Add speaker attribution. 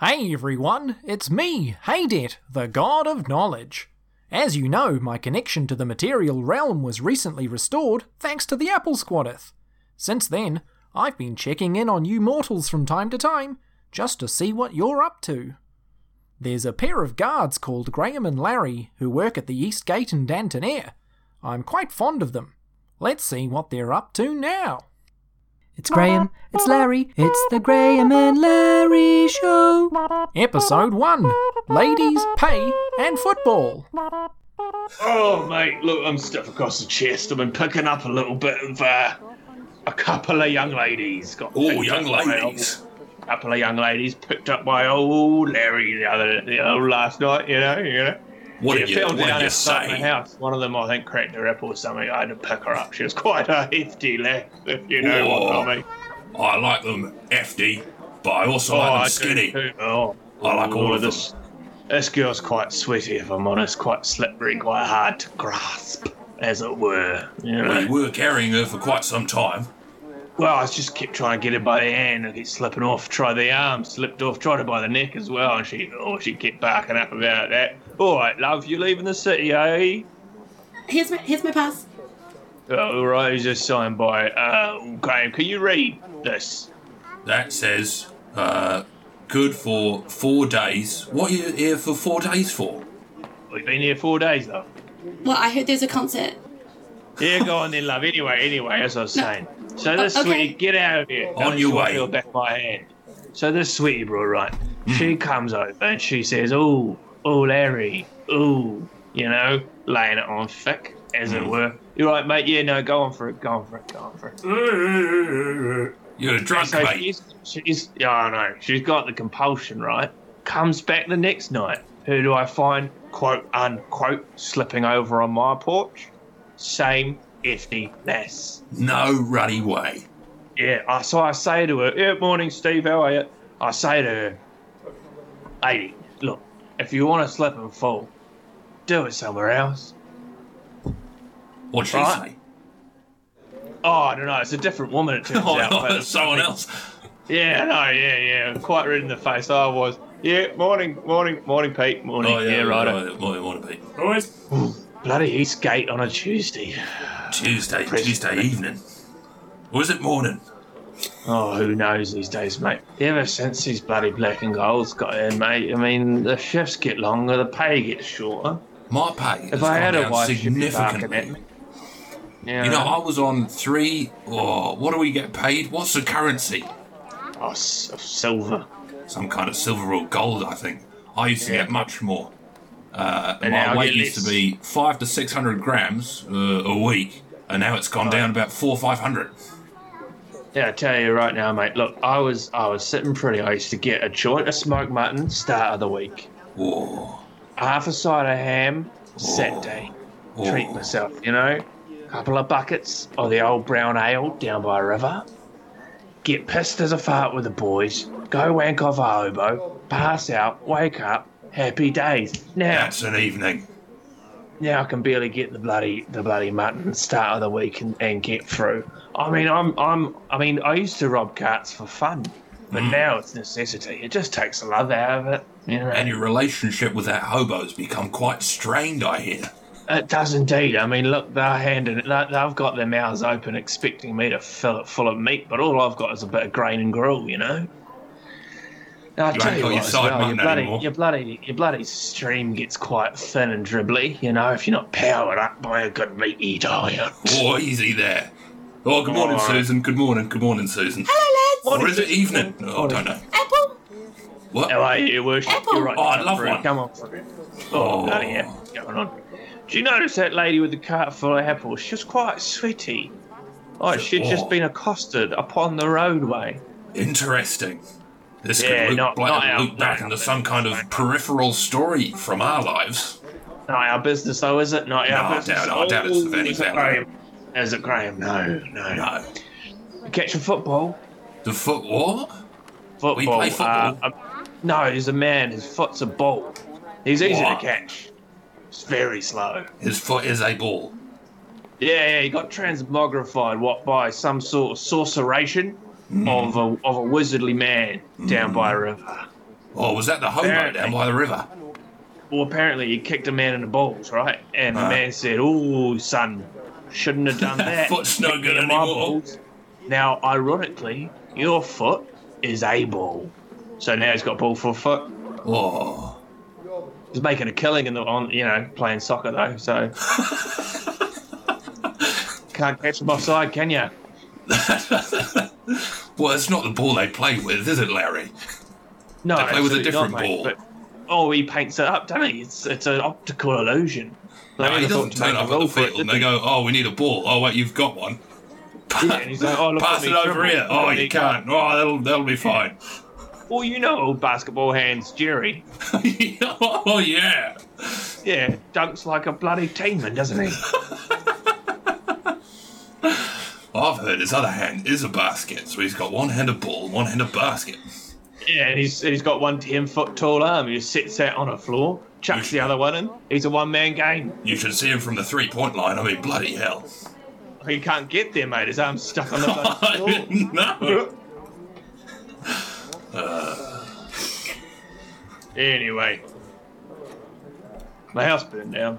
Speaker 1: Hey everyone, it's me, Haydet, the God of Knowledge. As you know, my connection to the material realm was recently restored thanks to the Apple Squadeth. Since then, I've been checking in on you mortals from time to time, just to see what you're up to. There's a pair of guards called Graham and Larry who work at the East Gate in Dantonair. I'm quite fond of them. Let's see what they're up to now.
Speaker 2: It's Graham, it's Larry, it's the Graham and Larry show.
Speaker 1: Episode 1 Ladies, Pay, and Football.
Speaker 3: Oh, mate, look, I'm stiff across the chest. I've been picking up a little bit of uh, a couple of young ladies. Got
Speaker 4: Oh,
Speaker 3: picked
Speaker 4: young
Speaker 3: up by
Speaker 4: ladies.
Speaker 3: Old, couple of young ladies picked up by old Larry the other the old last night, you know, you know.
Speaker 4: What
Speaker 3: yeah,
Speaker 4: do you,
Speaker 3: fell
Speaker 4: what do
Speaker 3: down
Speaker 4: you
Speaker 3: outside my
Speaker 4: say?
Speaker 3: house. One of them, I think, cracked her hip or something. I had to pick her up. She was quite a hefty lad, if you know
Speaker 4: Oh,
Speaker 3: what I mean.
Speaker 4: I like them hefty, but I also
Speaker 3: Oh,
Speaker 4: like
Speaker 3: I
Speaker 4: them
Speaker 3: do
Speaker 4: skinny.
Speaker 3: too. Oh,
Speaker 4: I like all
Speaker 3: Lord,
Speaker 4: of
Speaker 3: this.
Speaker 4: this.
Speaker 3: This girl's quite sweaty, if I'm honest. Quite slippery, quite hard to grasp, as it were. You know?
Speaker 4: We were carrying her for quite some time.
Speaker 3: Well, I just kept trying to get her by the hand and kept slipping off. Tried the arm, slipped off. Tried her by the neck as well, and she, oh, she kept barking up about that. All right, love, you leaving the city, eh? Oh,
Speaker 5: Here's my here's my pass.
Speaker 3: All right, he's just signed by uh, Graham. Can you read this?
Speaker 4: That says, uh, good for four days. What are you here for four days for?
Speaker 3: We've been here four days, love.
Speaker 5: Well, I heard there's a concert.
Speaker 3: Yeah, go on then, love. Anyway, anyway, as I was saying. So this
Speaker 5: okay.
Speaker 3: sweetie, get out of here.
Speaker 4: On your way. Mm.
Speaker 3: Feel back my hand. So this sweetie, bro, right? She comes over and she says, "Ooh, ooh, Larry, ooh," you know, laying it on thick, as
Speaker 4: Mm.
Speaker 3: it were. You're right, mate. Yeah, no, go on for it. Go on for it. Go on for it.
Speaker 4: You're a drunk,
Speaker 3: So
Speaker 4: mate.
Speaker 3: she's, she's, yeah, I know. She's got the compulsion, right? Comes back the next night. Who do I find, quote unquote, slipping over on my porch? Same E ifty lass.
Speaker 4: No ruddy way.
Speaker 3: Yeah, I, so I say to her, Yeah, morning, Steve, how are you? I say to her, Lady, look, if you want to slip and fall, do it somewhere else.
Speaker 4: What should
Speaker 3: Right. Oh, I don't know, it's a different woman, it turns out.
Speaker 4: say?
Speaker 3: but-
Speaker 4: Oh, Someone else.
Speaker 3: Yeah, no, yeah, yeah, quite red in the face I was. Yeah, morning, morning, morning, Pete, morning.
Speaker 4: Oh, yeah, right. right. Morning, morning, Pete.
Speaker 3: Bloody Eastgate on a Tuesday.
Speaker 4: Tuesday, Tuesday evening. Or is it morning?
Speaker 3: Oh, who knows these days, mate? Ever since these bloody black and golds got in, mate, I mean, the shifts get longer, the pay gets shorter.
Speaker 4: My pay has
Speaker 3: If I
Speaker 4: gone
Speaker 3: had a
Speaker 4: down
Speaker 3: wife, she'd be barking
Speaker 4: significantly.
Speaker 3: at me. Yeah.
Speaker 4: You know, I was on three. Oh, what do we get paid? What's the currency?
Speaker 3: Oh, s- of silver.
Speaker 4: Some kind of silver or gold, I think. I used to get much more. Uh,
Speaker 3: And now
Speaker 4: my
Speaker 3: I
Speaker 4: weight
Speaker 3: get
Speaker 4: used to
Speaker 3: less.
Speaker 4: be five to six hundred grams uh, a week, and now it's gone down about four five hundred.
Speaker 3: Yeah, I tell you right now, mate. Look, I was I was sitting pretty. I used to get a joint of smoked mutton start of the week,
Speaker 4: Whoa!
Speaker 3: half a side of ham Saturday.
Speaker 4: whoa.
Speaker 3: Treat myself, you know. Couple of buckets of the old brown ale down by a river. Get pissed as a fart with the boys. Go wank off a hobo. Pass out. Wake up. Happy days. Now,
Speaker 4: That's an evening.
Speaker 3: now I can barely get the bloody the bloody mutton start of the week and, and get through. I mean, I'm I'm I mean, I used to rob carts for fun, but
Speaker 4: Mm.
Speaker 3: now it's necessity. It just takes the love out of it. You know,
Speaker 4: And your relationship with that hobo's become quite strained, I hear.
Speaker 3: it does indeed. I mean, look, they're handing it. they- They've got their mouths open, expecting me to fill it full of meat, but all I've got is a bit of grain and gruel. You know. Now, I
Speaker 4: You
Speaker 3: tell
Speaker 4: ain't
Speaker 3: you
Speaker 4: got
Speaker 3: what,
Speaker 4: your
Speaker 3: as
Speaker 4: side
Speaker 3: well, your
Speaker 4: mutton
Speaker 3: bloody,
Speaker 4: anymore.
Speaker 3: your bloody, your bloody stream gets quite thin and dribbly. You know, if you're not powered up by a good meaty diet.
Speaker 4: Oh, easy there. Oh, good morning,
Speaker 3: Oh.
Speaker 4: Susan. Good morning. Good morning, Susan.
Speaker 5: Hello,
Speaker 4: Or is it evening? Oh, I don't know.
Speaker 5: lads. Apple.
Speaker 4: What?
Speaker 3: How are you, Your worship?
Speaker 5: Apple.
Speaker 3: You're right.
Speaker 4: Oh, I'd
Speaker 3: come
Speaker 4: love
Speaker 3: through.
Speaker 4: one.
Speaker 3: Come on through. Oh, bloody hell. What's going on? Do you notice that lady with the cart full of apples? She was quite sweaty. Oh, she'd
Speaker 4: oh.
Speaker 3: just been accosted upon the roadway.
Speaker 4: Interesting. This
Speaker 3: Yeah,
Speaker 4: could loop,
Speaker 3: not-
Speaker 4: bla-
Speaker 3: not out-
Speaker 4: loop back
Speaker 3: not
Speaker 4: into
Speaker 3: out
Speaker 4: some kind of peripheral story from our lives.
Speaker 3: Not our business, though, is it? Not
Speaker 4: No,
Speaker 3: our
Speaker 4: I
Speaker 3: business.
Speaker 4: doubt- I doubt it's of
Speaker 3: Oh,
Speaker 4: any
Speaker 3: is it
Speaker 4: value.
Speaker 3: Graham? Is it Graham? No, no.
Speaker 4: No.
Speaker 3: Catching football.
Speaker 4: Uh, The foot what?
Speaker 3: Football.
Speaker 4: We play
Speaker 3: uh,
Speaker 4: football?
Speaker 3: um, no, he's a man. His foot's a ball. He's easy
Speaker 4: What?
Speaker 3: to catch. It's very slow.
Speaker 4: His foot is a ball.
Speaker 3: Yeah, yeah, he got transmogrified what by some
Speaker 4: Hmm.
Speaker 3: sort of sorceration of a of a wizardly man down by a river.
Speaker 4: Oh, was that the hobo down by the river?
Speaker 3: Well, apparently he kicked a man in the balls, right? And the
Speaker 4: Ah.
Speaker 3: man said, "Oh, son, shouldn't have done that."
Speaker 4: Foot's no
Speaker 3: Kicked
Speaker 4: good
Speaker 3: me in my
Speaker 4: anymore."
Speaker 3: balls. Now, ironically, your foot is a ball, so now he's got ball for a foot.
Speaker 4: Oh,
Speaker 3: He's making a killing in the on, you know, playing soccer though, so can't catch him offside, can you?
Speaker 4: well, it's not the ball they play with, is it, Larry?
Speaker 3: No,
Speaker 4: They play with a
Speaker 3: absolutely
Speaker 4: different
Speaker 3: not, mate,
Speaker 4: ball.
Speaker 3: but- oh, he paints it up, doesn't he? It's it's an optical illusion. Like,
Speaker 4: No, he
Speaker 3: I thought
Speaker 4: doesn't
Speaker 3: to
Speaker 4: turn
Speaker 3: make a
Speaker 4: up at
Speaker 3: goal
Speaker 4: the
Speaker 3: for it,
Speaker 4: field and
Speaker 3: didn't
Speaker 4: they
Speaker 3: he?
Speaker 4: go, "Oh, we need a ball. Oh, wait, you've got one.
Speaker 3: Yeah, and he's like, "Oh, look
Speaker 4: Pass
Speaker 3: at
Speaker 4: it
Speaker 3: me,
Speaker 4: over
Speaker 3: dribble."
Speaker 4: here. Oh,
Speaker 3: And
Speaker 4: you
Speaker 3: he
Speaker 4: can't. Oh, that'll that'll be fine.
Speaker 3: Well, you know, old basketball hands, Jerry.
Speaker 4: oh yeah.
Speaker 3: Yeah, dunks like a bloody demon, doesn't he?
Speaker 4: I've heard his other hand is a basket, so he's got one hand a ball, and one hand a basket.
Speaker 3: yeah, and he's, and he's got one 10 foot tall arm. He just sits out on a floor, chucks the other one in. He's a one man game.
Speaker 4: You should see him from the three point line. I mean, bloody hell.
Speaker 3: He can't get there, mate. His arm's stuck on the bloody floor.
Speaker 4: no.
Speaker 3: Anyway, my house burned down.